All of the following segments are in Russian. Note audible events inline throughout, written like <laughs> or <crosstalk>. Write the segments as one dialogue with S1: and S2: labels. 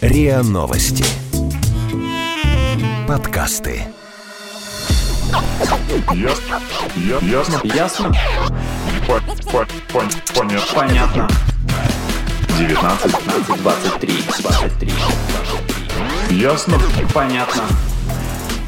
S1: РИА Новости. Подкасты.
S2: Ясно. Я- Ясно.
S3: Ясно?
S2: По- по- пон- Понятно.
S3: Понятно.
S2: 19.
S3: 23, 23.
S2: Ясно.
S3: Понятно.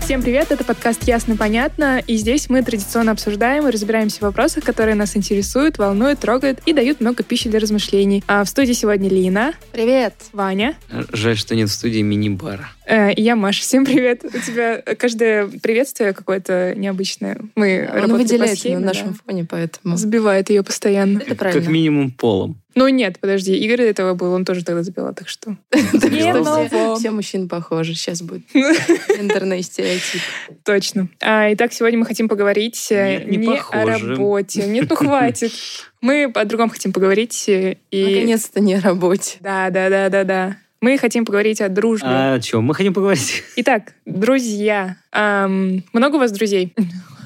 S4: Всем привет, это подкаст «Ясно-понятно», и здесь мы традиционно обсуждаем и разбираемся в вопросах, которые нас интересуют, волнуют, трогают и дают много пищи для размышлений. А в студии сегодня Лина. Привет. Ваня.
S5: Жаль, что нет в студии мини-бара.
S4: э, и я Маша. Всем привет. У тебя каждое приветствие какое-то необычное. Мы
S6: Он
S4: работали по
S6: выделяется
S4: схеме,
S6: на
S4: Э, да.
S6: нашем фоне, поэтому...
S4: Сбивает ее постоянно.
S6: Это
S5: Как
S6: правильно.
S5: минимум полом.
S4: Ну нет, подожди, Игорь этого был, он тоже тогда забивал, так что...
S6: Так что
S4: Забивал.
S6: все- Все мужчины похожи.
S4: <laughs>
S6: Сейчас будет гендерный стереотип.
S4: Точно. А, итак, сегодня мы хотим поговорить э,
S5: Нет, не
S4: не о
S5: похоже.
S4: работе. Нет, ну
S5: <laughs>
S4: хватит. Мы о другом хотим поговорить. э,
S6: Ну,
S4: И...
S6: Наконец-то не
S4: <laughs>
S6: о работе.
S4: Да, да, да, да, да. Мы хотим поговорить о дружбе.
S5: А о чем мы хотим поговорить?
S4: Итак, друзья. Ам, много у вас друзей?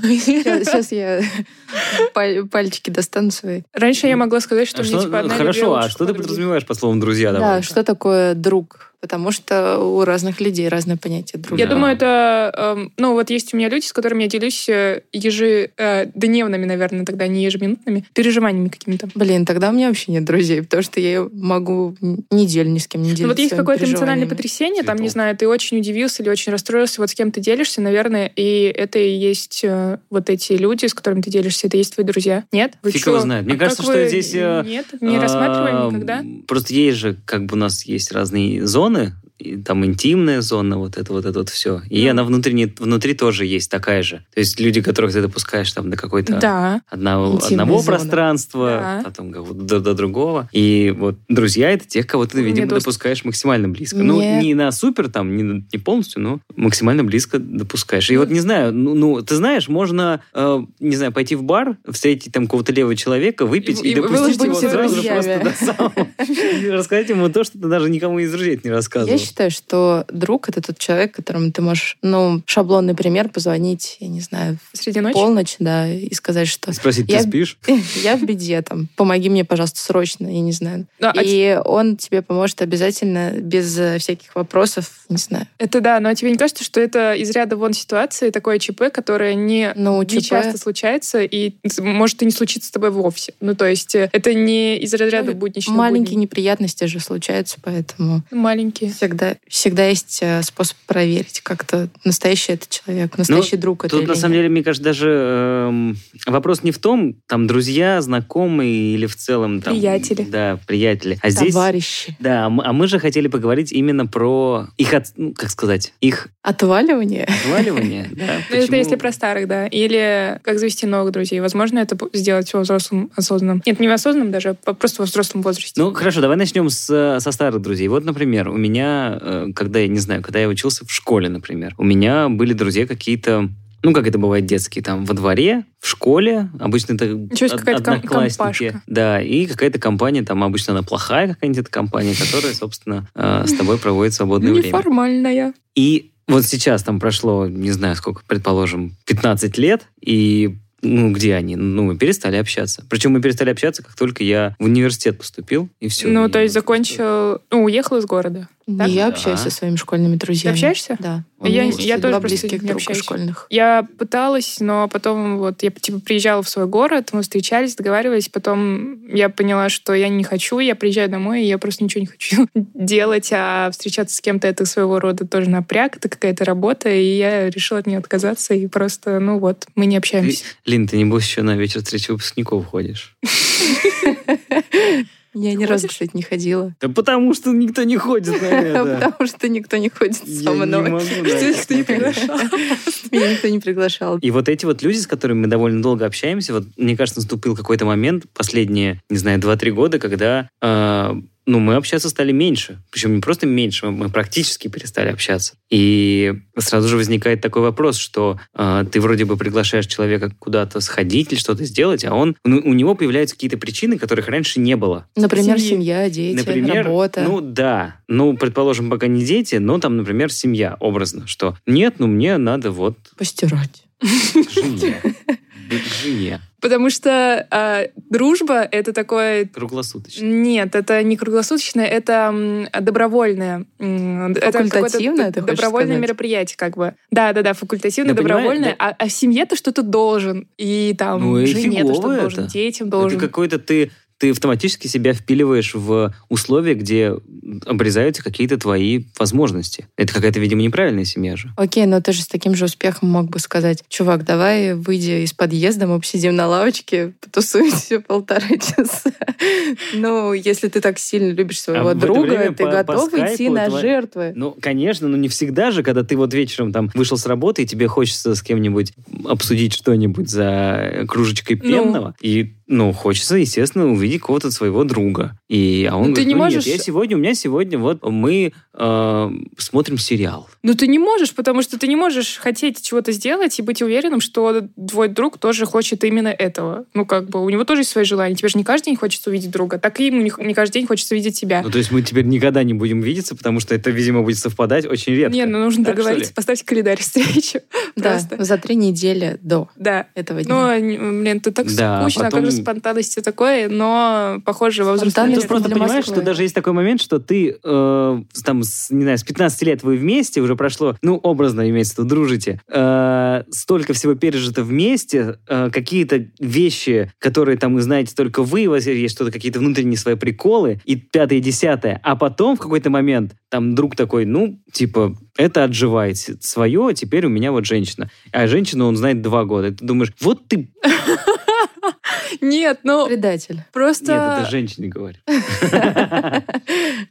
S6: Сейчас я паль- пальчики достану свои.
S4: Раньше я могла сказать, <laughs> что,
S5: А
S4: мне типа одна или две
S5: хорошо, а
S4: лучших
S5: что ты
S4: подруги.
S5: подразумеваешь по словам друзья?
S6: Да,
S5: давай?
S6: что такое друг? Потому что у разных людей разное понятие друга.
S4: Я
S5: Да.
S4: думаю, это... эм, ну, вот есть у меня люди, с которыми я делюсь э, ежедневными, наверное, тогда, не ежеминутными, переживаниями какими-то.
S6: Блин, тогда у меня вообще нет друзей, потому что я могу н- неделю ни с кем не делиться.
S4: Ну, вот есть
S6: своими
S4: какое-то эмоциональное
S6: переживаниями.
S4: потрясение, там, не
S5: Цветов.
S4: знаю, ты очень удивился или очень расстроился, вот с кем ты делишься, наверное, и это и есть э, вот эти люди, с которыми ты делишься, это и есть твои друзья. Нет? Вы
S5: Фиг
S4: чё?
S5: его знает. Мне
S4: А
S5: кажется,
S4: как
S5: что
S4: вы
S5: здесь, э,
S4: Нет, не
S5: А,
S4: рассматриваем никогда.
S5: Просто есть же, как бы у нас есть разные зоны, и там интимная зона, вот это вот это вот все. И
S4: Ну.
S5: она внутренне, внутри тоже есть такая же. То есть люди, которых ты допускаешь там до какой-то
S4: Да.
S5: одного,
S6: Интимная
S5: одного
S6: зона.
S5: пространства,
S4: Да.
S5: потом как бы до, до другого. И вот друзья это тех, кого ты, видимо,
S4: Медоз.
S5: допускаешь максимально близко. Ну,
S6: Ну, Нет.
S5: не на супер, там, не, на- не полностью, но максимально близко допускаешь. И вот не знаю, ну, ну, ты знаешь, можно, э, не знаю, пойти в бар, встретить там какого-то левого человека, выпить
S4: И-
S5: и,
S4: и вы
S5: допустить его
S6: будете
S5: сразу же просто
S6: друзьями. <laughs>
S5: до самого. И рассказать ему то, что ты даже никому из друзей это не рассказывал.
S6: Я считаю, что друг — это тот человек, которому ты можешь, ну, шаблонный пример, позвонить, я не знаю,
S4: Среди
S6: в
S4: ночи.
S6: полночь, да, и сказать, что <laughs>
S5: Спросить, ты
S6: Я-
S5: спишь?
S6: я в беде, там, помоги мне, пожалуйста, срочно, я не знаю.
S4: Да, а те-
S6: И он тебе поможет обязательно, без э, всяких вопросов, не знаю.
S4: Это да, но тебе не кажется, что это из ряда вон ситуации, такое ЧП, которое не
S6: Но Ну, у
S4: не часто
S6: ЧП...
S4: случается, и может и не случиться с тобой вовсе. Ну, то есть э, это не из разряда
S6: Ну,
S4: будничных
S6: Маленькие неприятности же случаются, поэтому
S4: будней. Маленькие.
S6: всегда, всегда есть э, способ проверить, как-то настоящий это человек, настоящий друг это
S5: Ну, Тут,
S6: или
S5: на самом
S6: нет.
S5: деле, мне кажется, даже эм, вопрос не в том, там, друзья, знакомые или в целом... Там,
S4: Приятели.
S5: Да, приятели. А здесь...
S6: Товарищи.
S5: Да, м- а мы же хотели поговорить именно про их, от- ну, как сказать, их
S6: Отваливание?
S5: отваливание. да,
S4: Ну, это
S5: почему-
S4: если про старых, да. Или как завести новых друзей. Возможно, это бу- сделать во взрослом осознанном. Нет, не в осознанном даже, а просто во взрослом возрасте.
S5: Ну, хорошо, давай начнем с, э, со старых друзей. Вот, например, у меня, э, когда я, не знаю, когда я учился в школе, например, у меня были друзья какие-то, ну, как это бывает, детские, там, во дворе, в школе, обычно это
S4: Ничего себе,
S5: од-
S4: Ну, какая-то ком-
S5: одноклассники.
S4: компашка.
S5: Да, и какая-то компания, там, обычно она плохая какая-нибудь эта компания, которая, собственно, э, с тобой проводит свободное
S4: Ну,
S5: время.
S4: Неформальная.
S5: И вот сейчас там прошло, не знаю сколько, предположим, 15 лет, и ну, где они? Ну, мы перестали общаться. Причем мы перестали общаться, как только я в университет поступил, и все.
S4: Ну, то есть закончил... Ну, уехал из города. <laughs> Так?
S6: Я
S5: Да.
S6: общаюсь со своими школьными друзьями.
S4: общаешься?
S6: Да.
S5: Я- я тоже
S6: два
S4: просто
S6: близких
S4: не
S6: друга
S4: общаюсь.
S6: школьных.
S4: Я пыталась, но потом вот я типа приезжала в свой город, мы встречались, договаривались, потом я поняла, что я не хочу, я приезжаю домой, и я просто ничего не хочу <laughs> делать, а встречаться с кем-то это своего рода тоже напряг, это какая-то работа, и я решила от нее отказаться, и просто, ну вот, мы не общаемся.
S5: Лин, ты небось еще на вечер встречи выпускников ходишь.
S6: Я ни разу, кстати, не ходила.
S5: Да потому что никто не ходит на
S6: <laughs>
S5: это.
S6: Потому что никто не ходит
S5: Я
S6: со
S5: не
S6: мной. <laughs>
S5: могу на это смотреть.
S6: Меня никто не приглашал.
S5: И вот эти вот люди, с которыми мы довольно долго общаемся, вот мне кажется, наступил какой-то момент, последние, не знаю, 2-3 года, когда э, ну, мы общаться стали меньше. Причем не просто меньше, мы практически перестали общаться. И сразу же возникает такой вопрос, что э, ты вроде бы приглашаешь человека куда-то сходить или что-то сделать, а он, ну, у него появляются какие-то причины, которых раньше не было.
S6: Например,
S4: Семьи.
S6: семья, дети, работа.
S5: Ну да, ну предположим, пока не дети, но там, например, семья образно, что нет, ну мне надо вот <laughs>
S6: постирать.
S5: жене. к жене
S4: Потому что а, дружба — это такое...
S5: круглосуточно.
S4: Нет, это не круглосуточное, это м, добровольное. М, это какое-то
S6: Факультативное, ты хочешь
S4: Добровольное
S6: сказать?
S4: мероприятие, как бы. Да-да-да, факультативное,
S5: Да, понимаю,
S4: добровольное. А, а в семье то, что ты должен. И там
S5: Ну и
S4: жене то, что
S5: фигово
S4: должен,
S5: это.
S4: детям должен.
S5: Это какой-то ты, ты автоматически себя впиливаешь в условия, где обрезаются какие-то твои возможности. Это какая-то, видимо, неправильная семья же.
S6: Окей, но ты же с таким же успехом мог бы сказать, чувак, давай выйди из подъезда, мы посидим на лавочке, потусуемся <laughs> полтора часа. Ну, если ты так сильно любишь своего
S5: А в это
S6: друга,
S5: время
S6: ты
S5: по-
S6: готов
S5: по скайпу
S6: идти на
S5: твоя-
S6: жертвы.
S5: Ну, конечно, но не всегда же, когда ты вот вечером там вышел с работы, и тебе хочется с кем-нибудь обсудить что-нибудь за кружечкой
S4: Ну.
S5: пенного. И, ну, хочется, естественно, увидеть кого-то своего друга. И, а
S4: Ну,
S5: он
S4: ты
S5: говорит,
S4: не
S5: ну,
S4: можешь-
S5: нет, я сегодня, у меня сегодня вот мы э, смотрим сериал.
S4: Ну, ты не можешь, потому что ты не можешь хотеть чего-то сделать и быть уверенным, что твой друг тоже хочет именно этого. Ну, как бы, у него тоже есть свои желания. Тебе же не каждый день хочется увидеть друга, так и ему не, не каждый день хочется видеть тебя.
S5: Ну, то есть мы теперь никогда не будем видеться, потому что это, видимо, будет совпадать очень редко.
S4: не, ну нужно
S5: Так,
S4: договориться,
S5: что
S4: поставить календарь встречи.
S6: Да,
S4: Просто.
S6: за три недели до
S4: Да.
S6: этого
S4: Ну,
S6: дня.
S4: они- блин, это так
S5: Да,
S4: скучно, а
S5: потом-
S4: как же спонтанность и такое, но, похоже, во взрослом
S5: Ну,
S6: Спонтанность
S5: Ты
S4: мире-
S5: просто
S6: для
S5: понимаешь,
S6: Москвы.
S5: что даже есть такой момент, что ты э, с- там, с, не знаю, с 15 лет вы вместе, уже прошло, ну, образно имеется в виду, дружите. Э, столько всего пережито вместе, э, какие-то вещи, которые там, вы знаете, только вы, у вас есть что-то, какие-то внутренние свои приколы, и пятое, и десятое. А потом в какой-то момент там друг такой, ну, типа, это отживаете свое, а теперь у меня вот женщина. А женщину он знает два года. И ты думаешь, вот ты...
S4: <laughs> Нет,
S5: а
S4: ну,
S5: <laughs>
S6: Предатель.
S5: Нет, это
S4: просто...
S5: женщине говорит.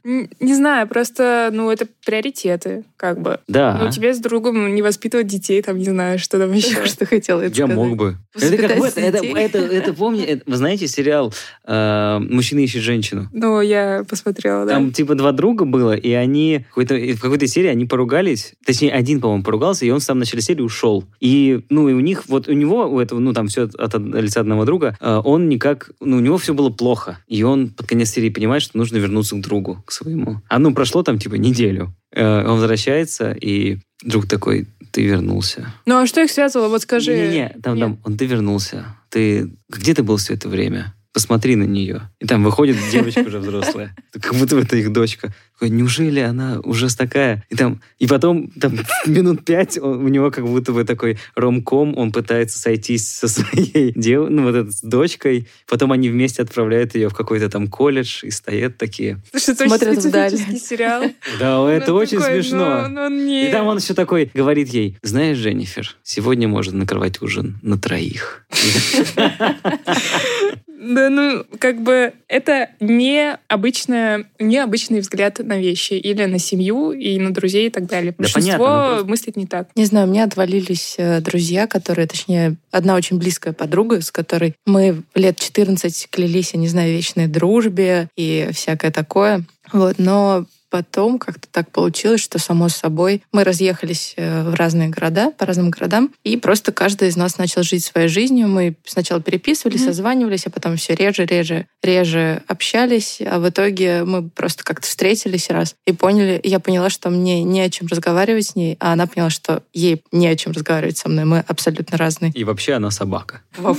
S4: н- Не знаю, просто, ну, это приоритеты, как бы.
S5: Да.
S4: Ну, тебе с другом не воспитывать детей, там, не знаю, что там еще.
S6: Только что хотела это
S5: Я
S6: сказать.
S5: мог бы. Это как вот, это, это, это помни, это- вы знаете сериал э, «Мужчина ищет женщину»?
S4: Ну, я посмотрела, да.
S5: Там типа два друга было, и они какой-то, в какой-то серии они поругались, точнее один, по-моему, поругался, и он в самом начале серии ушел. И ну и у них вот у него у этого ну там все от, от лица одного друга, э, он никак, ну у него все было плохо, и он под конец серии понимает, что нужно вернуться к другу, к своему. А ну прошло там типа неделю, Э, он возвращается и друг такой, ты вернулся.
S4: Ну, а что их связывало? Вот скажи. <laughs>
S5: Не-не-не, там, там, он, ты вернулся. Ты где ты был все это время? Посмотри на нее. И там выходит девочка уже взрослая. <laughs> Как будто бы это их дочка. Такой, Неужели она ужас такая? И там, и потом, там, <laughs> минут пять он- у него как будто бы такой ромком, он пытается сойтись со своей <laughs> дев... ну, вот этой с дочкой. Потом они вместе отправляют ее в какой-то там колледж и стоят такие.
S4: Слушай, это очень
S6: Смотрят
S4: специфический
S6: вдаль.
S4: сериал.
S5: Да, это
S4: Ну,
S5: очень
S4: такой,
S5: смешно.
S4: Ну, ну, не.
S5: И там он еще такой говорит ей, знаешь, Дженнифер, сегодня можно накрывать ужин на троих.
S4: Да, ну, как бы это необычное, необычный взгляд на вещи или на семью, и на друзей и так далее.
S5: Да
S4: Большинство
S5: понятно, ну, просто-
S4: мыслит не так.
S6: Не знаю, у меня отвалились э, друзья, которые, точнее, одна очень близкая подруга, с которой мы лет 14 клялись, я не знаю, вечной дружбе и всякое такое. Вот, но потом как-то так получилось, что само собой мы разъехались э, в разные города, по разным городам, и просто каждый из нас начал жить своей жизнью. Мы сначала переписывались,
S4: Мгм.
S6: созванивались, а потом все реже, реже, реже общались, а в итоге мы просто как-то встретились раз и поняли, я поняла, что мне не о чем разговаривать с ней, а она поняла, что ей не о чем разговаривать со мной, мы абсолютно разные.
S5: И вообще она собака.
S4: Ну,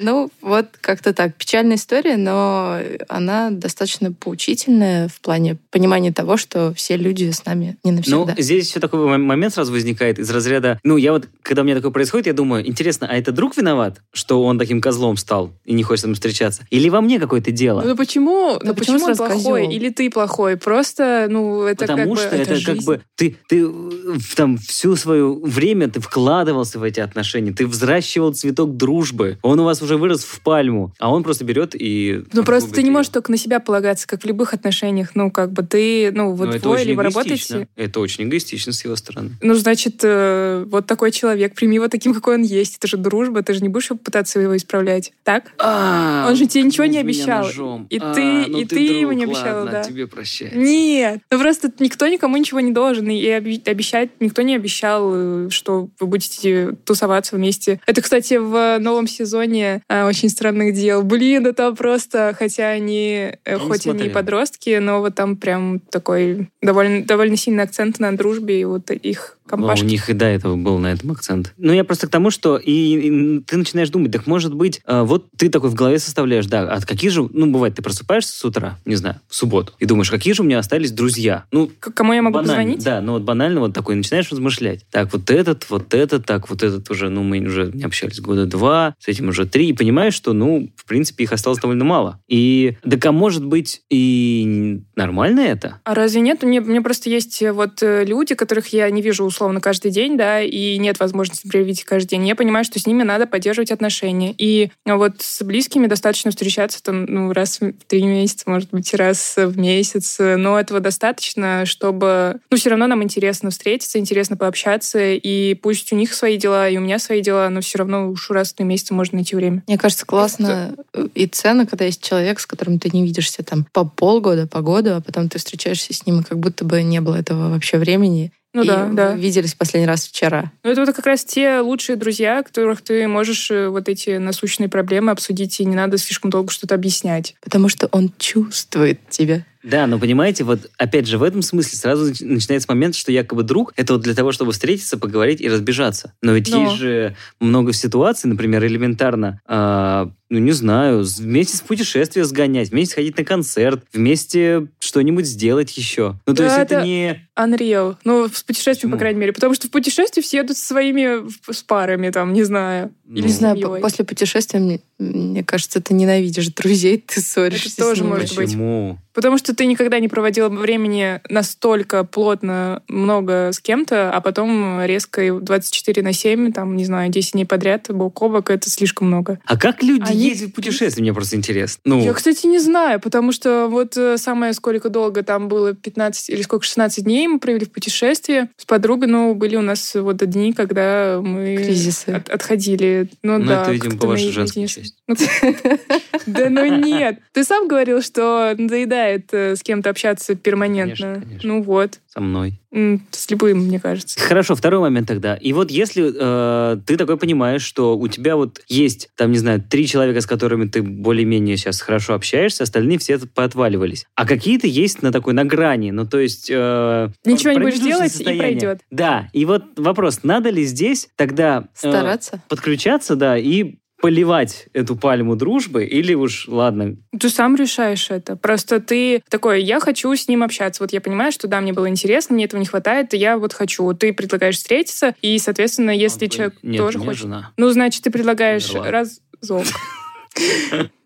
S6: Ну, вот как-то так. Печальная история, но она достаточно поучительная в плане понимания того, что все люди с нами не навсегда.
S5: Ну, здесь еще такой мом- момент сразу возникает из разряда... Ну, я вот, когда у меня такое происходит, я думаю, интересно, а это друг виноват, что он таким козлом стал и не хочет со мной встречаться? Или во мне какое-то дело?
S4: ну почему, ну,
S6: почему
S4: почему он
S6: сразу
S4: плохой?
S6: козёл?
S4: Или ты плохой? Просто, ну, это
S5: Потому
S4: как бы...
S5: что это, как
S4: жизнь.
S5: бы ты, ты э, в- там всю свое время ты вкладывался в эти отношения, ты взращивал цветок дружбы, он у вас уже вырос в пальму, а он просто берет и...
S4: Ну, просто ты
S5: губит
S4: не
S5: её.
S4: можешь только на себя полагаться, как в любых отношениях. Ну, как бы ты, ну,
S5: Но
S4: вот
S5: это
S4: двое
S5: очень
S4: либо
S5: эгоистично.
S4: работаете...
S5: Это очень эгоистично с его стороны.
S4: Ну, значит, э, вот такой человек, прими его таким, какой он есть. Это же дружба, ты же не будешь пытаться его исправлять. Так? Он же тебе ничего не обещал. И ты, и ты, ему не обещала, да.
S5: тебе прощай.
S4: Нет, ну просто никто никому ничего не должен, и обе- обещать никто не обещал, э, что вы будете тусоваться вместе. Это, кстати, в новом сезоне э, «Очень странных дел». Блин, это там просто, хотя они, э,
S5: Ну,
S4: хоть они и
S5: смотрели.
S4: подростки, но вот там прям такой довольно, довольно сильный акцент на дружбе и вот их компашки.
S5: Ну, У них и до этого был на этом акцент. Ну, я просто к тому, что и, и ты начинаешь думать, так может быть, э, вот ты такой в голове составляешь, да, от каких же, ну, бывает, ты просыпаешься с утра, не знаю, в субботу, и думаешь, какие же у меня остались друзья. Ну,
S4: К- Кому я могу
S5: банально,
S4: позвонить?
S5: Да, ну вот банально вот такой начинаешь размышлять. Так, вот этот, вот этот, так, вот этот уже, ну, мы уже не общались года два, с этим уже три, и понимаешь, что, ну, в принципе, их осталось довольно мало. И, так, а может быть, и нормально это?
S4: А разве нет? Мне, мне просто есть э, вот э, люди, которых я не вижу условно каждый день, да, и нет возможности например, видеть каждый день. Я понимаю, что с ними надо поддерживать отношения. И э, вот с близкими достаточно встречаться там ну, раз в три месяца, может быть, раз в месяц. Но этого достаточно, чтобы... Ну, все равно нам интересно встретиться, интересно пообщаться. И пусть у них свои дела, и у меня свои дела, но все равно уж раз в три месяца можно найти время.
S6: Мне кажется, классно э, и ценно, когда есть человек, с которым ты не видишься там по полгода, по году, а потом ты встречаешься с ним, и как будто бы не было этого вообще времени.
S4: Ну
S6: и
S4: да,
S6: вы
S4: да.
S6: виделись последний раз вчера.
S4: Ну, это вот как раз те лучшие друзья, которых ты можешь э, вот эти насущные проблемы обсудить, и не надо слишком долго что-то объяснять.
S6: Потому что он чувствует тебя.
S5: Да, но понимаете, вот опять же в этом смысле сразу нач- начинается момент, что якобы друг это вот для того, чтобы встретиться, поговорить и разбежаться. Но ведь
S4: Но.
S5: есть же много ситуаций, например, элементарно, а, ну не знаю, с- вместе в путешествие сгонять, вместе сходить на концерт, вместе что-нибудь сделать еще. Ну
S4: Да,
S5: то есть это
S4: да.
S5: не...
S4: Unreal. Ну, с путешествием,
S5: Почему?
S4: по крайней мере. Потому что в путешествии все едут со своими в- с парами, там, не знаю.
S5: Ну.
S6: Не знаю, по-
S4: Ой.
S6: после путешествия, мне, мне кажется, ты ненавидишь друзей, ты ссоришься
S4: тоже
S6: с ними.
S4: может быть.
S5: Почему?
S4: Потому что ты никогда не проводила времени настолько плотно, много с кем-то, а потом резко и 24 на 7, там, не знаю, 10 дней подряд, бок о бок, это слишком много.
S5: А как люди
S4: Они-
S5: ездят в путешествие? Мне просто интересно. Ну,
S4: Я, кстати, не знаю, потому что вот э, самое сколько долго там было, 15 или сколько, 16 дней мы провели в путешествии с подругой, но были у нас вот дни, когда мы
S6: Кризисы.
S4: от- отходили. Ну,
S5: ну,
S4: да,
S5: это, видимо,
S4: как-то
S5: по вашей
S4: мы
S5: женской
S4: единственные-
S5: части.
S4: <laughs> Да ну нет, ты сам говорил, что надоедает э, с кем-то общаться
S5: Конечно,
S4: перманентно.
S5: конечно.
S4: Ну вот,
S5: Со мной.
S4: М, с любым, мне кажется.
S5: Хорошо, второй момент тогда. И вот если э, ты такой понимаешь, что у тебя вот есть, там, не знаю, три человека, с которыми ты более-менее сейчас хорошо общаешься, остальные все тут поотваливались. А какие-то есть на такой, на грани, ну то есть... э,
S4: Ничего не будешь
S5: промежуточное
S4: делать, и
S5: состояние.
S4: пройдет.
S5: Да, и вот вопрос, надо ли здесь тогда... э,
S6: Стараться.
S5: подключаться, да, и поливать эту пальму дружбы, или уж, ладно,
S4: Ты сам решаешь это. Просто ты такой, я хочу с ним общаться. Вот я понимаю, что да, мне было интересно, мне этого не хватает, и я вот хочу. Ты предлагаешь встретиться, и, соответственно, если
S5: он бы-
S4: человек
S5: Нет,
S4: тоже
S5: у меня
S4: хочет...
S5: жена.
S4: Ну, значит, ты предлагаешь
S5: Умерла. <laughs>
S4: разок.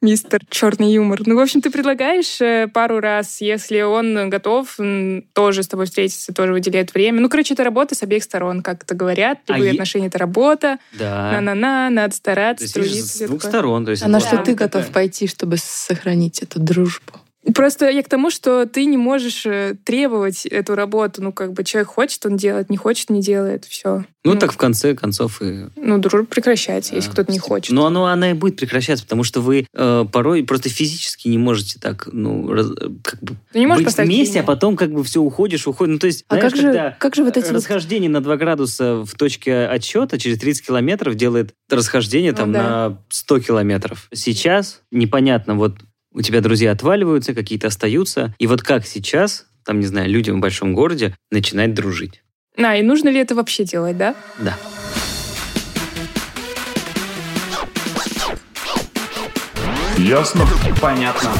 S4: Мистер черный юмор. Ну, в общем, ты предлагаешь э, пару раз, если он готов м, тоже с тобой встретиться, тоже выделяет время. Ну, короче, это работа с обеих сторон, как это говорят.
S5: А
S4: Любые
S5: е-
S4: отношения — это работа.
S5: Да.
S4: На-на-на, надо
S5: То
S4: стараться,
S5: есть, видишь,
S4: трудиться.
S5: с
S4: всё
S5: двух
S4: такое.
S5: сторон. То есть
S6: А на
S5: это
S6: что
S4: Да.
S6: ты
S5: такая-
S6: готов пойти, чтобы сохранить эту дружбу?
S4: Просто я к тому, что ты не можешь э, требовать эту работу. Ну, как бы человек хочет, он делает, не хочет, не делает. Все.
S5: Ну, так в конце концов и
S4: Ну, дружба прекращается, если
S5: Да. Ну,
S4: кто-то не хочет.
S5: А, Но оно, она и будет прекращаться, потому что вы э, порой просто физически не можете так, ну, раз- э, как бы
S4: Ты не можешь
S5: быть
S4: поставить
S5: вместе, а
S4: линию.
S5: потом как бы все уходишь, уходишь. Ну, то есть,
S6: А
S5: знаешь,
S6: как же,
S5: когда э,
S6: как же вот эти вот
S5: расхождение на 2 градуса в точке отсчета через 30 километров делает расхождение
S4: Ну
S5: там
S4: да.
S5: на 100 километров. Сейчас непонятно, вот у тебя друзья отваливаются, какие-то остаются, и вот как сейчас, там, не знаю, людям в большом городе начинать дружить.
S4: На, и нужно ли это вообще делать, да?
S5: Да.
S2: Ясно?
S3: Понятно.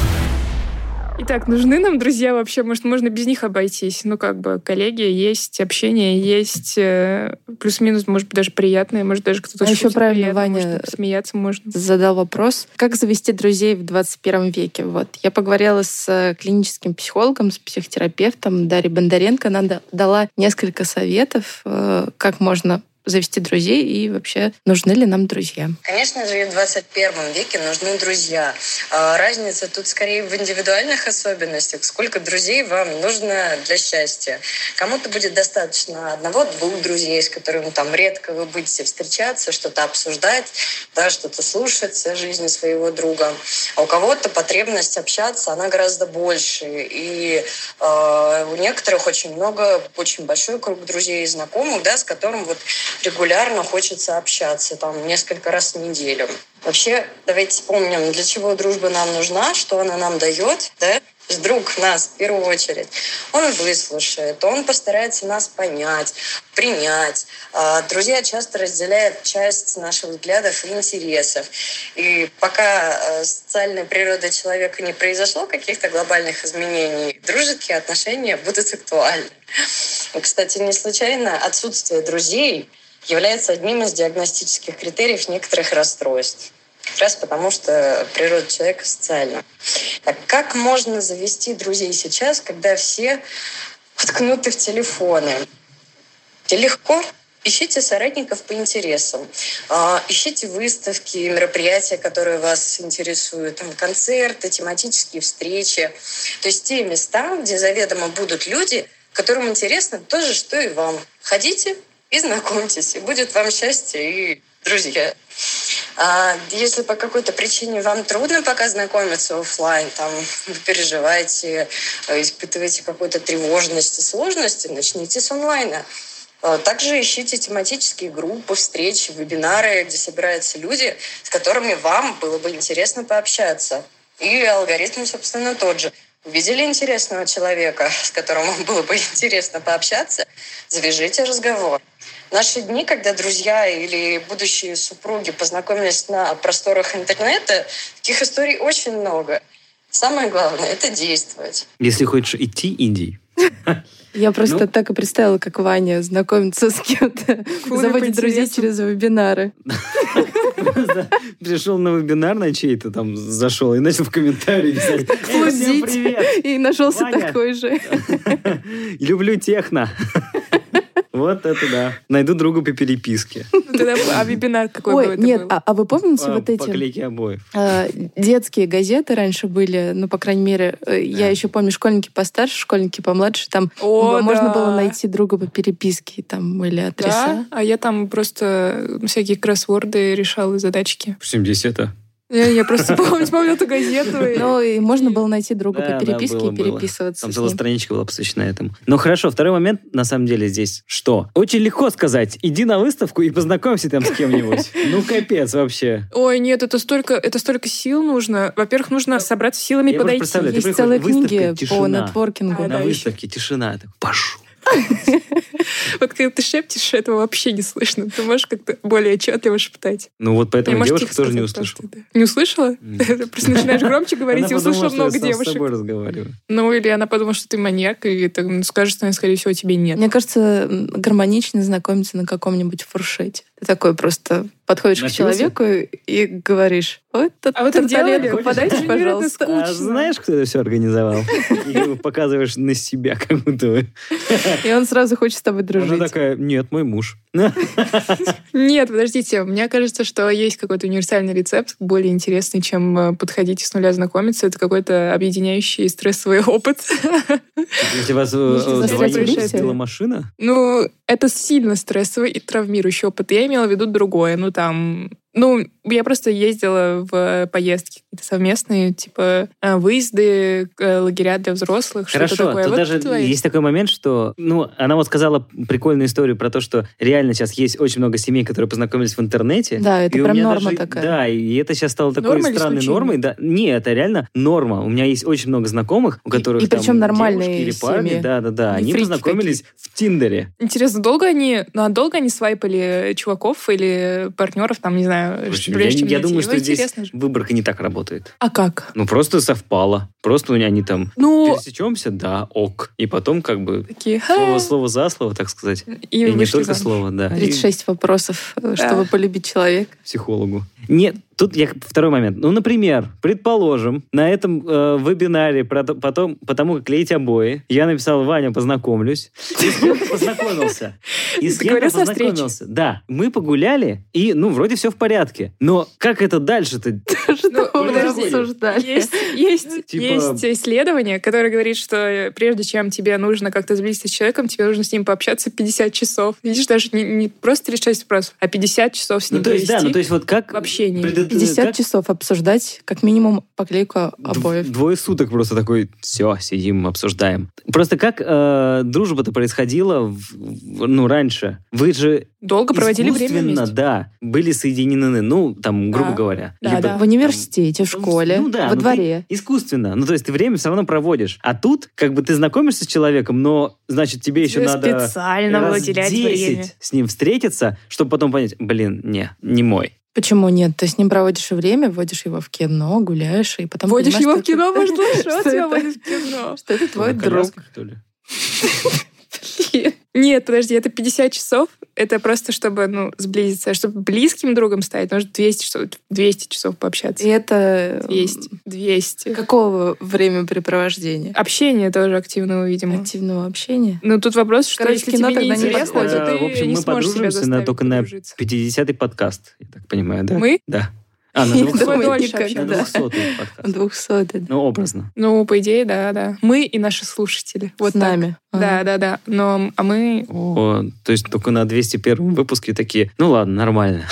S4: Итак, нужны нам друзья вообще? Может, можно без них обойтись? Ну, как бы, коллеги есть, общение есть, э, плюс-минус, может быть, даже приятное, может, даже кто-то
S6: А еще
S4: шутит
S6: правильно,
S4: приятно,
S6: Ваня-
S4: может, смеяться
S6: <laughs>
S4: можно.
S6: задал вопрос, как завести друзей в 21 веке. Вот. Я поговорила с э, клиническим психологом, с психотерапевтом Дарьей Бондаренко. Она да- дала несколько советов, э, как можно завести друзей и вообще нужны ли нам друзья.
S1: Конечно же, и в 21 веке нужны друзья. А Разница тут скорее в индивидуальных особенностях. Сколько друзей вам нужно для счастья? Кому-то будет достаточно одного-двух друзей, с которыми там редко вы будете встречаться, что-то обсуждать, да, что-то слушать о жизни своего друга. А у кого-то потребность общаться, она гораздо больше. И э, у некоторых очень много, очень большой круг друзей и знакомых, да, с которым вот регулярно хочется общаться, там, несколько раз в неделю. Вообще, давайте вспомним, для чего дружба нам нужна, что она нам дает, да, друг нас в первую очередь. Он выслушает, он постарается нас понять, принять. А, Друзья часто разделяют часть наших взглядов и интересов. И пока э, социальная природа человека не произошло каких-то глобальных изменений, дружеские отношения будут актуальны. И, кстати, не случайно отсутствие друзей является одним из диагностических критериев некоторых расстройств как раз потому, что природа человека социальна. Так как можно завести друзей сейчас, когда все воткнуты в телефоны? Это легко. Ищите соратников по интересам. А, Ищите выставки, мероприятия, которые вас интересуют, там, концерты, тематические встречи. То есть те места, где заведомо будут люди, которым интересно то же, что и вам. Ходите и знакомьтесь, и будет вам счастье и друзья. А если по какой-то причине вам трудно пока знакомиться офлайн, там вы переживаете, э, испытываете какую-то тревожность и сложности, начните с онлайна. А, Также ищите тематические группы, встречи, вебинары, где собираются люди, с которыми вам было бы интересно пообщаться. И алгоритм, собственно, тот же. Увидели интересного человека, <laughs> с которым вам было бы интересно пообщаться, завяжите разговор наши дни, когда друзья или будущие супруги познакомились на просторах интернета, таких историй очень много. Самое главное — это действовать.
S5: Если хочешь идти, иди.
S6: Я просто ну, так и представила, как Ваня знакомится с кем-то, заводит друзей через вебинары.
S5: Пришел на вебинар на чей-то там зашел и начал в комментарии писать.
S6: Флудить. И нашелся такой же.
S5: Люблю техно. Вот это да. Найду друга
S4: <laughs>
S5: по переписке.
S4: Тогда, а вебинар какой
S6: Ой,
S4: бы это
S6: нет,
S4: был?
S6: а, а вы
S4: Типа
S6: помните
S5: Э,
S6: вот эти...
S5: Поклейки обоев.
S6: э, детские газеты раньше были, ну, по крайней мере, э, я еще помню, школьники постарше, школьники помладше, там
S4: О,
S6: м- можно
S4: да.
S6: было найти друга по переписке, и там были
S4: Да,
S6: адреса.
S4: а я там просто всякие кроссворды решала задачки.
S5: 70
S4: Я, я просто <laughs> помню, помню эту газету. и-
S6: Ну, и можно было найти друга
S5: Да,
S6: по
S5: да,
S6: переписке
S5: было,
S6: и
S5: было.
S6: переписываться
S5: Там
S6: с
S5: целая
S6: ним.
S5: страничка была посвящена этому. Ну хорошо, второй момент, на самом деле, здесь что? Очень легко сказать, иди на выставку и познакомься там с кем-нибудь. Ну капец вообще.
S4: Ой, нет, это столько, это столько сил нужно. Во-первых, нужно собраться силами и
S5: Ну, Я просто
S4: подойти.
S5: представляю, ты
S6: Есть целые
S5: приходишь, выставка,
S6: книги по
S5: тишина.
S6: нетворкингу.
S4: А,
S5: На
S4: да,
S5: выставке тишина. Я такой, Пошел.
S4: Вот когда ты шепчешь, этого вообще не слышно. Ты можешь как-то более отчетливо шептать.
S5: Ну вот
S4: И
S5: поэтому
S4: можешь
S5: девушка
S4: тихо
S5: тоже не
S4: сказать
S5: услышала.
S4: просто, да. Не услышала?
S5: Нет.
S4: <laughs> Ты просто начинаешь громче говорить и
S5: Она подумала,
S4: услышала
S5: что я
S4: много
S5: сам с
S4: девушек.
S5: тобой разговариваю.
S4: Ну, или она подумала, что ты маньяк, и так, ну, скажет, что, скорее всего, тебе нет.
S5: Ну,
S6: Мне кажется, м, гармонично знакомиться на каком-нибудь фуршете. Ты такой просто подходишь
S5: Напился?
S6: к человеку и говоришь, вот тут
S4: А вы так делали?
S6: тарталетку подайте,
S4: Ходишь?
S6: пожалуйста.
S4: Скучно.
S5: А знаешь, кто это все организовал? И показываешь на себя, как будто бы.
S6: И он сразу хочет с тобой
S5: Она
S6: дружить.
S5: такая, нет, мой муж. <laughs>
S4: Нет, подождите, мне кажется, что есть какой-то универсальный рецепт, более интересный, чем э, подходить и с нуля знакомиться. Это какой-то объединяющий стрессовый опыт. <laughs>
S5: Если вас э,
S6: Если
S5: э,
S4: застряли
S5: двоих
S4: происшествие.
S5: сбила машина,
S4: Ну, это сильно стрессовый и травмирующий опыт. Я имела в виду другое. Ну, там... Ну, я просто ездила в поездки какие-то совместные, типа э, выезды, э, лагеря для взрослых, что-то
S5: Хорошо,
S4: такое.
S5: тут
S4: Вот
S5: даже
S4: твои.
S5: есть такой момент, что, ну, она вот сказала прикольную историю про то, что реально сейчас есть очень много семей, которые познакомились в интернете.
S6: Да, это
S5: И у
S6: прям
S5: меня
S6: норма
S5: даже-
S6: такая.
S5: Да, и это сейчас стало такой
S4: Норма или
S5: странной
S4: исключение?
S5: нормой. Да, не, это реально норма. У меня есть очень много знакомых, у которых
S6: и
S5: там
S6: причем нормальные
S5: девушки или парни,
S6: семьи.
S5: да, да, да,
S6: Не
S5: они
S6: фрики
S5: познакомились в Тиндере.
S4: Интересно, долго они, ну, а долго они свайпали чуваков или партнеров, там, не знаю,
S5: В общем, я,
S4: прежде чем
S5: я
S4: найти?
S5: думаю,
S4: Ну,
S5: что здесь
S4: интересно же.
S5: выборка не так работает.
S4: А как?
S5: Ну просто совпало, просто у меня они там.
S4: Ну,
S5: Пересечемся, да, ок, и потом как бы
S4: такие... «Ха!»
S5: слово слово за слово, так сказать.
S4: И,
S5: И, не
S4: вышли
S5: только
S4: замуж.
S5: слово, да. и-
S6: 36 вопросов, э, чтобы полюбить
S4: <laughs>
S6: человека.
S5: психологу. Нет, тут я второй момент. Ну, например, предположим, на этом э, вебинаре про то- потом, потому как клеить обои, я написал Ваня, познакомлюсь. И с кем
S4: <laughs>
S5: познакомился. И с кем
S4: Договорился о встрече.
S5: познакомился. Да, мы погуляли, и, ну, вроде все в порядке. Но как это дальше-то?
S6: Что
S4: Ну,
S6: вы
S5: подожди.
S6: обсуждали?
S4: Есть, есть,
S5: Типа-
S4: есть исследование, которое говорит, что э, прежде чем тебе нужно как-то сблизиться с человеком, тебе нужно с ним пообщаться 50 часов. Видишь, даже не, не просто 36 вопросов, а 50 часов с ним
S5: Ну, то есть, да,
S4: провести.
S5: ну, то есть вот как...
S4: общении.
S5: Предыд-
S6: 50
S5: как?
S6: часов обсуждать, как минимум, поклейку
S4: А
S5: Дв-
S6: обоев.
S5: Двое суток просто такой, все, сидим, обсуждаем. Просто как э, дружба-то происходила в- в- ну, раньше? Вы же
S4: Долго проводили время
S5: искусственно,
S4: вместе.
S5: да, были соединены, ну, там, грубо
S4: Да.
S5: говоря.
S4: Да,
S5: либо
S4: да.
S5: там-
S6: В университете, в школе,
S5: Ну да,
S6: во
S5: ну,
S6: дворе.
S5: ты искусственно. Ну, то есть ты время все равно проводишь. А тут, как бы, ты знакомишься с человеком, но, значит, тебе еще
S4: Тебе
S5: надо
S4: специально было
S5: раз
S4: терять
S5: 10
S4: время.
S5: с ним встретиться, чтобы потом понять, блин, не, не мой.
S6: Почему нет? Ты с ним проводишь время, водишь его в кино, гуляешь, и потом
S4: Водишь его в
S6: понимаешь, что
S4: кино, <laughs>
S6: это- <laughs>
S4: может, лучше,
S6: что
S4: он тебя
S6: это-
S4: водит в кино.
S6: <laughs> Что это твой
S5: На
S6: друг.
S5: колясках, что ли?
S4: <laughs> Нет, подожди, это 50 часов. Это просто, чтобы, ну, сблизиться. А чтобы близким другом стать, нужно 200 часов, 200 часов
S6: И
S4: пообщаться.
S6: это... м,
S4: Есть. 200.
S6: Какого времяпрепровождения?
S4: Общение тоже активного, видимо.
S6: Активного общения?
S4: Ну, тут вопрос, что
S6: Короче,
S4: если
S6: кино
S4: тебе
S6: тогда не
S4: неинтересно,
S6: подходит.
S4: то
S5: Э,
S4: ты
S5: в общем,
S4: не
S5: мы
S4: сможешь себя
S5: подружимся на-
S4: заставить
S5: только на
S4: подружиться.
S5: 50-й подкаст, я так понимаю, да?
S4: Мы?
S5: Да.
S4: <laughs>
S5: А, на
S6: Я
S5: 200-й?
S6: думаю,
S4: дольше
S6: никогда.
S5: На
S4: общаемся.
S5: 200-й подкаст.
S6: 200
S5: Ну, образно.
S4: Ну, по идее, да, да. Мы и наши слушатели. Вот
S6: Вот с нами. А.
S4: так. Да, да, да. Но, а мы...
S5: О, то есть только на 201 выпуске такие, ну ладно, нормально.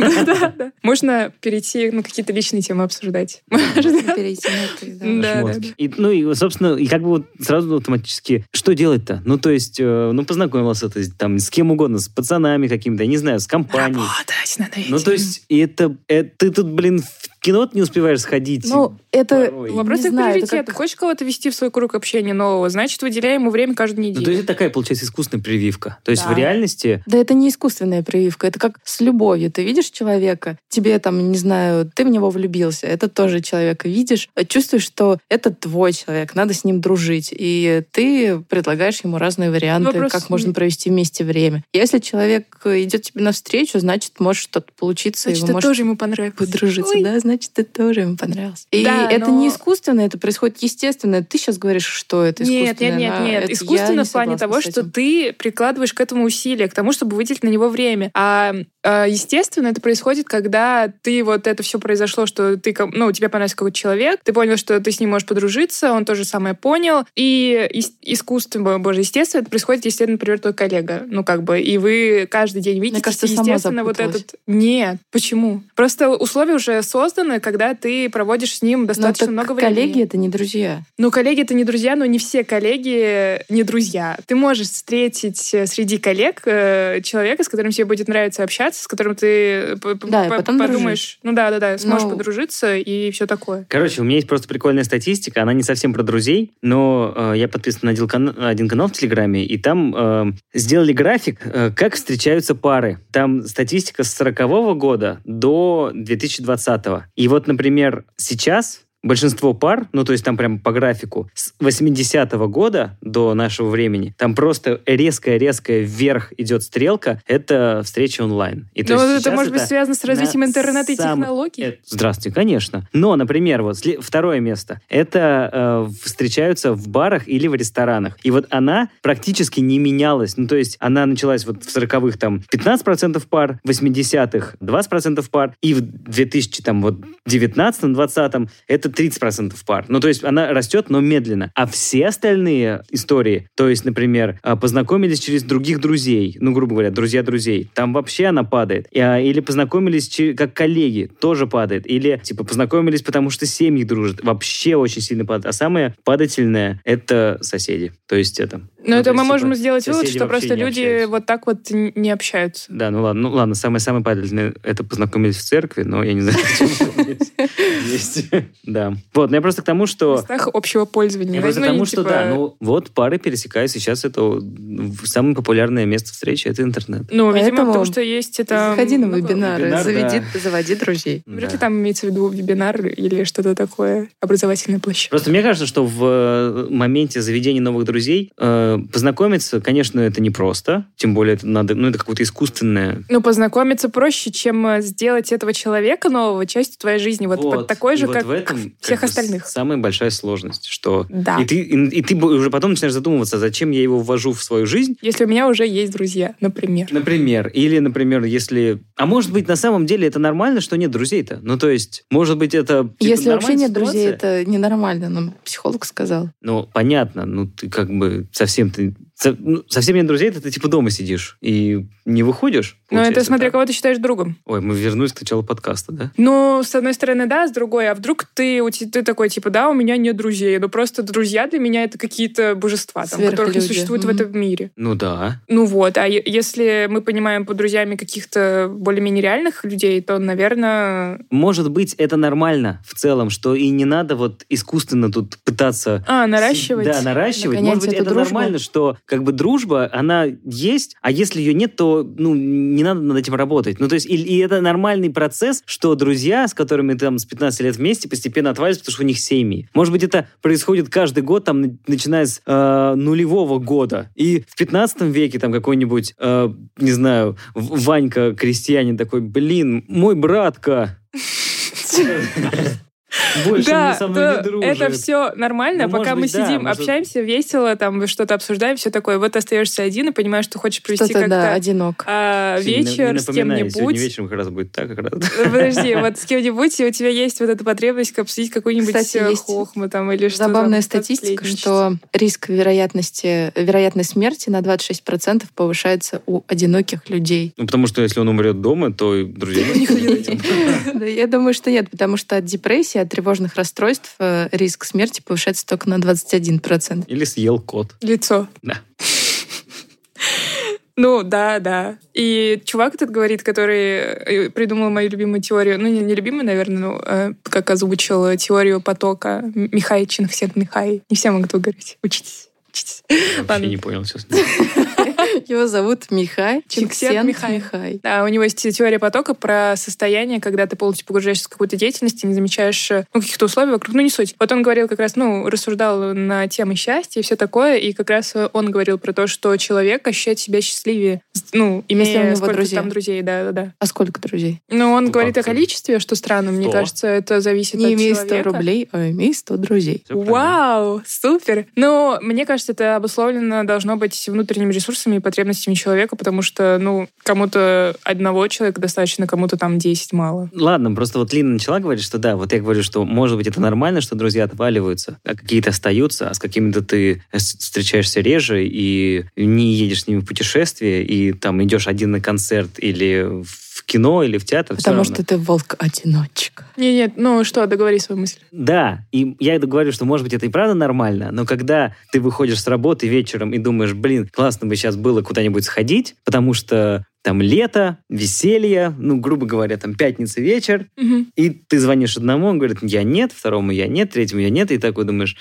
S4: Да, да. Можно перейти, ну, какие-то личные темы
S5: <laughs>
S4: обсуждать. Можно.
S6: Ага. Перейти на ты, да.
S4: Да, да,
S5: Шмотки.
S4: да.
S5: И, ну и, собственно, и как бы вот сразу автоматически, что делать-то? Ну, то есть, э, ну, познакомился ты там с кем угодно, с пацанами какими-то, я не знаю, с компанией.
S4: Работать над этим.
S5: Ну, то есть, и это, э, ты тут, блин, в кино не успеешь сходить.
S6: Ну, это...
S5: порой.
S6: не
S4: Вопрос их
S6: знаю, это
S4: приоритетов.
S6: как-
S4: Хочешь кого-то вести в свой круг общения нового, значит, выделяем ему время каждую
S5: Ну, то есть,
S4: неделю.
S5: это такая, получается, искусственная прививка. То есть,
S4: Да.
S5: в реальности...
S6: Да это не искусственная прививка, это как с любовью. Ты видишь человека, тебе там, не знаю, ты в него влюбился, это тоже человека видишь, а чувствуешь, что это твой человек, надо с ним дружить. И ты предлагаешь ему разные варианты,
S4: Вопрос
S6: как
S4: не-
S6: можно провести вместе время. Если человек э, идет тебе навстречу, значит, может что-то получиться, и
S4: Значит,
S6: вы
S4: это
S6: можете
S4: тоже ему понравилось.
S6: подружиться,
S4: Ой.
S6: да, значит, ты тоже ему понравился. И
S4: Да,
S6: это
S4: но-
S6: не искусственно, это происходит естественно. Ты сейчас говоришь, что это искусственно.
S4: Нет, нет, нет,
S6: на-
S4: нет.
S6: это я
S4: Искусственно
S6: не
S4: в плане
S6: согласна
S4: того,
S6: с
S4: что
S6: этим.
S4: ты прикладываешь к этому усилия, к тому, чтобы выделить на него время. А э, естественно, это происходит, когда ты вот это все произошло, что ты, ком- ну, тебе понравился какой-то человек, ты понял, что ты с ним можешь подружиться, он тоже самое понял. И ис- искусственно, боже, естественно, это происходит, если, это, например, твой коллега. Ну, как бы, и вы каждый день видите,
S6: кажется, сама
S4: естественно, вот
S6: запуталась.
S4: этот... Нет, почему? Просто условия уже созданы, когда ты проводишь с ним
S6: Но
S4: достаточно
S6: Ну, так
S4: много времени.
S6: коллеги — это не друзья.
S4: Ну, коллеги это не друзья, но не все коллеги э, не друзья. Ты можешь встретить э, среди коллег э, человека, с которым тебе будет нравиться общаться, с которым ты п- п-
S6: Да, и
S4: п-
S6: потом
S4: подумаешь. Ну да, да, да, сможешь
S6: Ну.
S4: подружиться и все такое.
S5: Короче, у меня есть просто прикольная статистика, она не совсем про друзей, но э, я подписан на один, кан- на один канал в Телеграме, и там э, сделали график, э, как встречаются пары. Там статистика с 40 года до 2020. И вот, например, сейчас большинство пар, ну то есть там прям по графику, с 80 года до нашего времени, там просто резкая-резкая вверх идет стрелка, это встреча онлайн. И,
S4: Но
S5: то есть
S4: Ну, это
S5: сейчас
S4: может быть связано с развитием
S5: на
S4: интернета и
S5: самом-
S4: технологий.
S5: Э, Здравствуй, конечно. Но, например, вот сле- второе место. Это э, встречаются в барах или в ресторанах. И вот она практически не менялась. Ну, то есть она началась вот в 40-х там 15% пар, в 80-х 20% пар, и в 2000 там вот 19-20 это 30% пар. Ну, то есть она растет, но медленно. А все остальные истории, то есть, например, а, познакомились через других друзей, ну, грубо говоря, друзья друзей, там вообще она падает. И, а, Или познакомились че- как коллеги, тоже падает. Или, типа, познакомились, потому что семьи дружат, вообще очень сильно падает. А самое падательное — это соседи. То есть это...
S4: Но Ну, это
S5: то
S4: мы
S5: есть,
S4: можем
S5: типа,
S4: сделать вывод,
S5: соседи
S4: что
S5: вообще
S4: просто
S5: не
S4: люди
S5: общаются.
S4: вот так вот н- не общаются.
S5: Да, ну ладно, ну ладно, самое-самое падательное — это познакомились в церкви, но я не знаю, <laughs>
S4: <laughs>
S5: почему здесь есть. <laughs> Да. Вот, но я просто к тому,
S4: В
S5: что...
S4: местах общего пользования.
S5: Я просто
S4: Ну, не
S5: потому, что
S4: типа-
S5: да, ну вот пары пересекаются, сейчас это в- самое популярное место встречи, это интернет.
S4: Ну, видимо,
S6: Поэтому
S4: потому что есть это... ну,
S6: Заходи на
S4: много-
S6: вебинары,
S5: Вебинар,
S6: заведи,
S5: да.
S6: заводи друзей.
S4: Вряд ли
S5: Да.
S4: там имеется в виду вебинар или что-то такое, образовательная площадка.
S5: Просто мне кажется, что в э, моменте заведения новых друзей э, познакомиться, конечно, это непросто, тем более это надо, ну это какое-то искусственное.
S4: Ну, познакомиться проще, чем э, сделать этого человека нового частью твоей жизни. Вот, под такой
S5: И
S4: же,
S5: вот
S4: как
S5: в этом
S4: всех
S5: как бы,
S4: остальных.
S5: Самая большая сложность, что
S4: Да.
S5: и ты и, и ты бо- уже потом начинаешь задумываться, зачем я его ввожу в свою жизнь.
S4: Если у меня уже есть друзья, например.
S5: Например, или, например, если... А может быть, на самом деле это нормально, что нет друзей-то? Ну, то есть, может быть, это... типа,
S6: Если вообще
S5: нормальная
S6: нет друзей,
S5: ситуация?
S6: это ненормально, нам психолог сказал.
S5: Ну, понятно, ну ты как бы совсем ты Со- ну, Совсем нет друзей, это ты типа дома сидишь и не выходишь.
S6: Ну,
S4: Но это
S5: получается,
S4: смотря
S5: да?
S4: кого ты считаешь другом.
S5: Ой, мы вернулись к началу подкаста, да?
S4: Ну, с одной стороны, да, с другой, а вдруг ты, у те- ты такой, типа, да, у меня нет друзей, но просто друзья для меня это какие-то божества, там, которых не
S6: Сверхлюди.
S4: существует в
S6: Мгм.
S4: этом мире.
S5: Ну да.
S4: Ну вот, а е- если мы понимаем под друзьями каких-то более-менее реальных людей, то, наверное...
S5: Может быть, это нормально в целом, что и не надо вот искусственно тут пытаться
S4: А, наращивать?
S5: Да, наращивать.
S6: Нагонять
S5: Может быть,
S6: эту
S5: это
S6: дружбу.
S5: нормально, что как бы дружба, она есть, а если ее нет, то ну, не надо над этим работать. Ну, то есть, и, и это нормальный процесс, что друзья, с которыми там с 15 лет вместе, постепенно отваливаются, потому что у них семьи. Может быть, это происходит каждый год, там, на- начиная с э, нулевого года. И в 15 веке там какой-нибудь, э, не знаю, В- Ванька крестьянин такой, блин, мой
S4: <laughs>
S5: братка. Больше
S4: Да,
S5: мне со мной
S4: да,
S5: не дружит.
S4: это все нормально,
S5: Ну,
S4: пока
S5: может
S4: мы
S5: быть, да,
S4: сидим,
S5: может-
S4: общаемся весело, там что-то обсуждаем, все такое. Вот ты остаешься один и понимаешь, что хочешь провести
S6: Что-то,
S4: как-то
S6: да, одинок.
S4: а,
S5: Сегодня не-
S4: вечер
S5: не
S4: с
S5: напоминай,
S4: кем-нибудь. Э,
S5: Сегодня вечером как раз будет так, как раз.
S4: Подожди, вот с кем-нибудь, и у тебя есть вот эта потребность обсудить какую-нибудь
S6: Кстати,
S4: э,
S6: есть
S4: хохму там или что
S6: Забавная
S4: там,
S6: статистика,
S4: подсплетничать.
S6: что риск вероятности, вероятность смерти на 26% повышается у одиноких людей.
S5: Ну, потому что если он умрет дома, то друзья
S6: <laughs> Да, я думаю, что нет, потому что от депрессии, от тревожных расстройств э, риск смерти повышается только на 21%.
S4: <laughs>
S5: Или съел кот.
S4: Лицо.
S5: Да.
S4: <laughs> Ну, да, да. И чувак этот говорит, который э, придумал мою любимую теорию, ну, не, не любимую, наверное, ну, э, как озвучил э, теорию потока М- Михай Чингсет Михай. Не все могут говорить. Учитесь. Учитесь.
S5: Я
S4: Ладно.
S5: Вообще не понял сейчас.
S6: Его зовут Михай
S4: Чиксент
S6: Чиксент
S4: Михай.
S6: Михай.
S4: Да, А у него есть теория потока про состояние, когда ты полностью погружаешься в какую-то деятельность и не замечаешь э, ну, каких-то условий вокруг. Ну, не суть. Вот он говорил как раз, ну, рассуждал на темы счастья и все такое, и как раз э, он говорил про то, что человек ощущает себя счастливее, с- ну, имея
S6: Если у него
S4: сколько
S6: друзей.
S4: там друзей, да-да-да.
S6: А сколько друзей?
S4: Но он
S5: Ну,
S4: говорит о
S5: как-то
S4: количестве, что странно, мне
S5: сто.
S4: кажется, это зависит
S6: Не
S4: от
S6: имей 100
S4: Типа человека.
S6: рублей, а имей 100 друзей.
S4: Вау, супер! Но мне кажется, это обусловлено должно быть внутренними ресурсами и потребностями человека, потому что, ну, кому-то одного человека достаточно, кому-то там 10 мало.
S5: Ладно, просто вот Лина начала говорить, что да, вот я говорю, что может быть это нормально, что друзья отваливаются, а какие-то остаются, а с какими-то ты с- встречаешься реже и не едешь с ними в путешествие, и там идешь один на концерт или в кино, или в театр. всё
S6: Потому
S5: равно.
S6: что ты волк-одиночка.
S4: Нет, нет, ну что, договори свою мысль.
S5: Да, и я это говорю, что, может быть, это и правда нормально, но когда ты выходишь с работы вечером и думаешь, блин, классно бы сейчас было куда-нибудь сходить, потому что там лето, веселье, ну, грубо говоря, там пятница вечер,
S4: Мгм.
S5: и ты звонишь одному, он говорит, я нет, второму я нет, третьему я нет, и такой думаешь...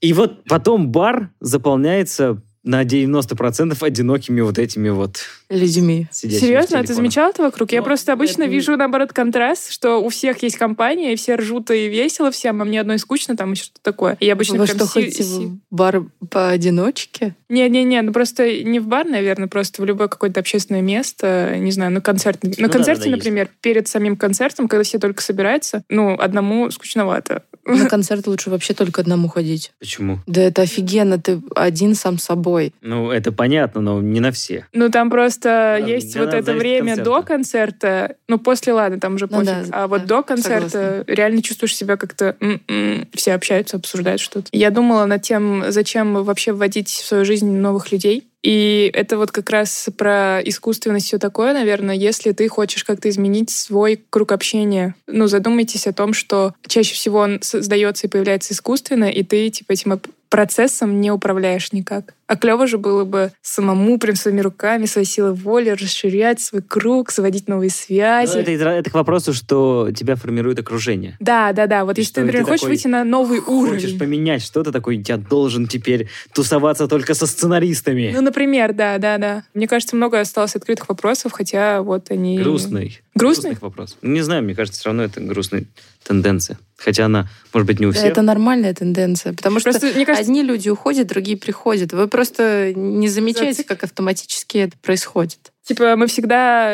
S5: И вот потом бар заполняется на 90% одинокими вот этими вот
S6: Людьми.
S5: сидящими в
S4: Серьезно, а ты
S5: телефонах.
S4: замечал это вокруг? Я
S5: Ну,
S4: просто обычно
S5: нет, не-
S4: вижу, наоборот, контраст, что у всех есть компания, и все ржут и весело всем, а мне одной скучно там и что-то такое. И я обычно
S6: Вы
S4: прям
S6: что,
S4: си-
S6: ходите
S4: си-
S6: в бар
S4: <laughs>
S6: поодиночке?
S4: Не-не-не, ну просто не в бар, наверное, просто в любое какое-то общественное место, не знаю, на концерт. На
S5: Ну да,
S4: концерте,
S5: да, да,
S4: например, перед самим концертом, когда все только собираются, ну, одному скучновато.
S6: На концерт лучше вообще только одному ходить.
S5: Почему?
S6: Да это офигенно, ты один сам собой.
S5: Ну, это понятно, но не на все.
S4: Ну, там просто
S5: Ладно,
S4: есть
S5: для
S4: вот
S5: нас
S4: это
S5: зависит
S4: время
S5: концерта.
S4: до концерта, ну, после, ладно, там уже
S6: Ну
S4: пофиг,
S6: да,
S4: а вот
S6: да,
S4: до концерта
S6: согласна.
S4: реально чувствуешь себя как-то... м-м, все общаются, обсуждают что-то. Я думала над тем, зачем вообще вводить в свою жизнь новых людей. И это вот как раз про искусственность все такое, наверное, если ты хочешь как-то изменить свой круг общения. Ну, задумайтесь о том, что чаще всего он создается и появляется искусственно, и ты типа этим оп- процессом не управляешь никак. А клево же было бы самому, прям своими руками, своей силой воли расширять свой круг, заводить новые
S5: Ну,
S4: связи.
S5: Это, это к вопросу, что тебя формирует окружение.
S4: Да, да, да. Вот
S5: И
S4: если
S5: что,
S4: ты,
S5: и
S4: например,
S5: ты
S4: хочешь
S5: такой
S4: выйти на новый
S5: Хочешь
S4: уровень.
S5: поменять что-то такое, я должен теперь тусоваться только со сценаристами.
S4: Ну, например, да, да, да. Мне кажется, много осталось открытых вопросов, хотя вот они...
S5: Грустный.
S4: Грустный?
S5: Грустных вопрос. Не знаю, мне кажется, все равно это грустная тенденция. Хотя она, может быть, не у
S6: Да,
S5: всех.
S6: это нормальная тенденция, потому что
S4: Просто, мне кажется,
S6: одни люди уходят, другие приходят. Вы просто не замечаете,
S4: Зацик-
S6: как автоматически это происходит.
S4: Типа мы всегда,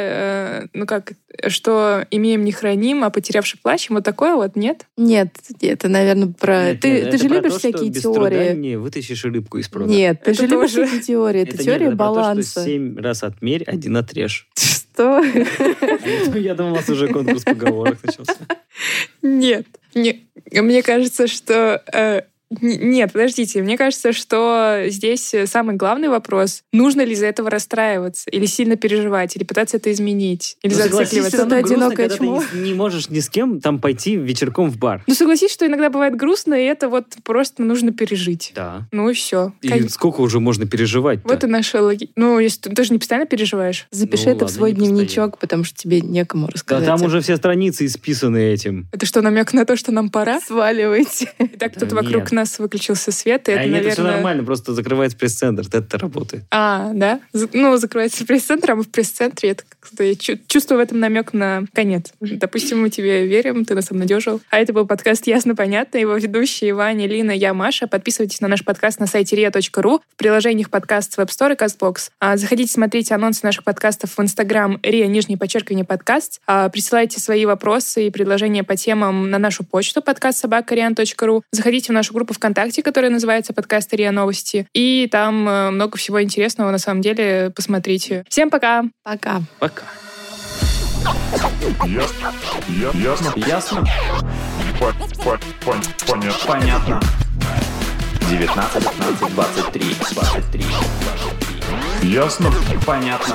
S4: э, ну как, что имеем не храним, а потерявший плачем, вот такое вот, нет?
S6: Нет, это, наверное, про...
S5: Нет,
S6: ты
S5: нет,
S6: ты
S5: это
S6: же
S5: про
S6: любишь
S5: то, что
S6: всякие
S5: без труда
S6: теории.
S5: не вытащишь рыбку из пруда.
S6: Нет, ты
S4: Это
S6: же любишь
S4: тоже.
S6: всякие теории. Это,
S5: нет,
S6: теория
S5: про то, что
S6: баланса.
S5: семь Ну раз отмерь, один отрежь.
S6: <laughs> Что?
S5: Я думал, у вас
S6: <laughs>
S5: уже конкурс поговорок начался.
S4: Нет. Не- Мне кажется, что э, Нет, подождите. Мне кажется, что здесь э, самый главный вопрос, нужно ли из-за этого расстраиваться, или сильно переживать, или пытаться это изменить, или
S5: Ну, согласись,
S4: зацикливаться.
S5: все равно
S6: это
S5: грустно,
S6: одинокое
S5: когда ты
S6: чмо.
S5: не- не можешь ни с кем там пойти вечерком в бар.
S4: Ну, согласись, что иногда бывает грустно, и это вот просто нужно пережить.
S5: Да.
S4: Ну и все.
S5: И сколько уже можно переживать
S4: Вот и наша логика. Ну, если ты, ты же не постоянно переживаешь.
S6: Запиши
S5: Ну
S6: это в
S5: ладно,
S6: свой
S5: не постоянно.
S6: дневничок, потому что тебе некому
S5: Да
S6: рассказать.
S5: там уже все страницы исписаны этим.
S4: Это что, намек на то, что нам
S5: <laughs>
S4: пора?
S6: сваливайте.
S4: И так
S5: Да
S4: тут вокруг
S5: нет.
S4: нас выключился свет, и
S5: А
S4: это,
S5: нет,
S4: наверное...
S5: все нормально, просто закрывается пресс-центр, это работает.
S4: А, да? За- Ну, закрывается пресс-центр, а мы в пресс-центре. Это как-то я чу- чувствую в этом намек на конец. Допустим, мы тебе верим, ты нас обнадежил. А это был подкаст «Ясно, понятно». Его ведущие Ваня, Лина, я, Маша. Подписывайтесь на наш подкаст на сайте ria.ru, в приложениях подкаст с Web Store и CastBox. А, Заходите, смотрите анонсы наших подкастов в Instagram ria, нижнее подчеркивание, подкаст. А, Присылайте свои вопросы и предложения по темам на нашу почту подкаст ру. Заходите в нашу группу ВКонтакте, которая называется подкаст РИА Новости. И там э, много всего интересного, на самом деле, посмотрите. Всем пока!
S6: Пока.
S5: Пока.
S2: Ясно. Я- Ясно.
S3: Ясно?
S2: По- по- пон- Понятно.
S3: Понятно. 19, 19, 23, 23, 23.
S2: Ясно.
S3: Понятно.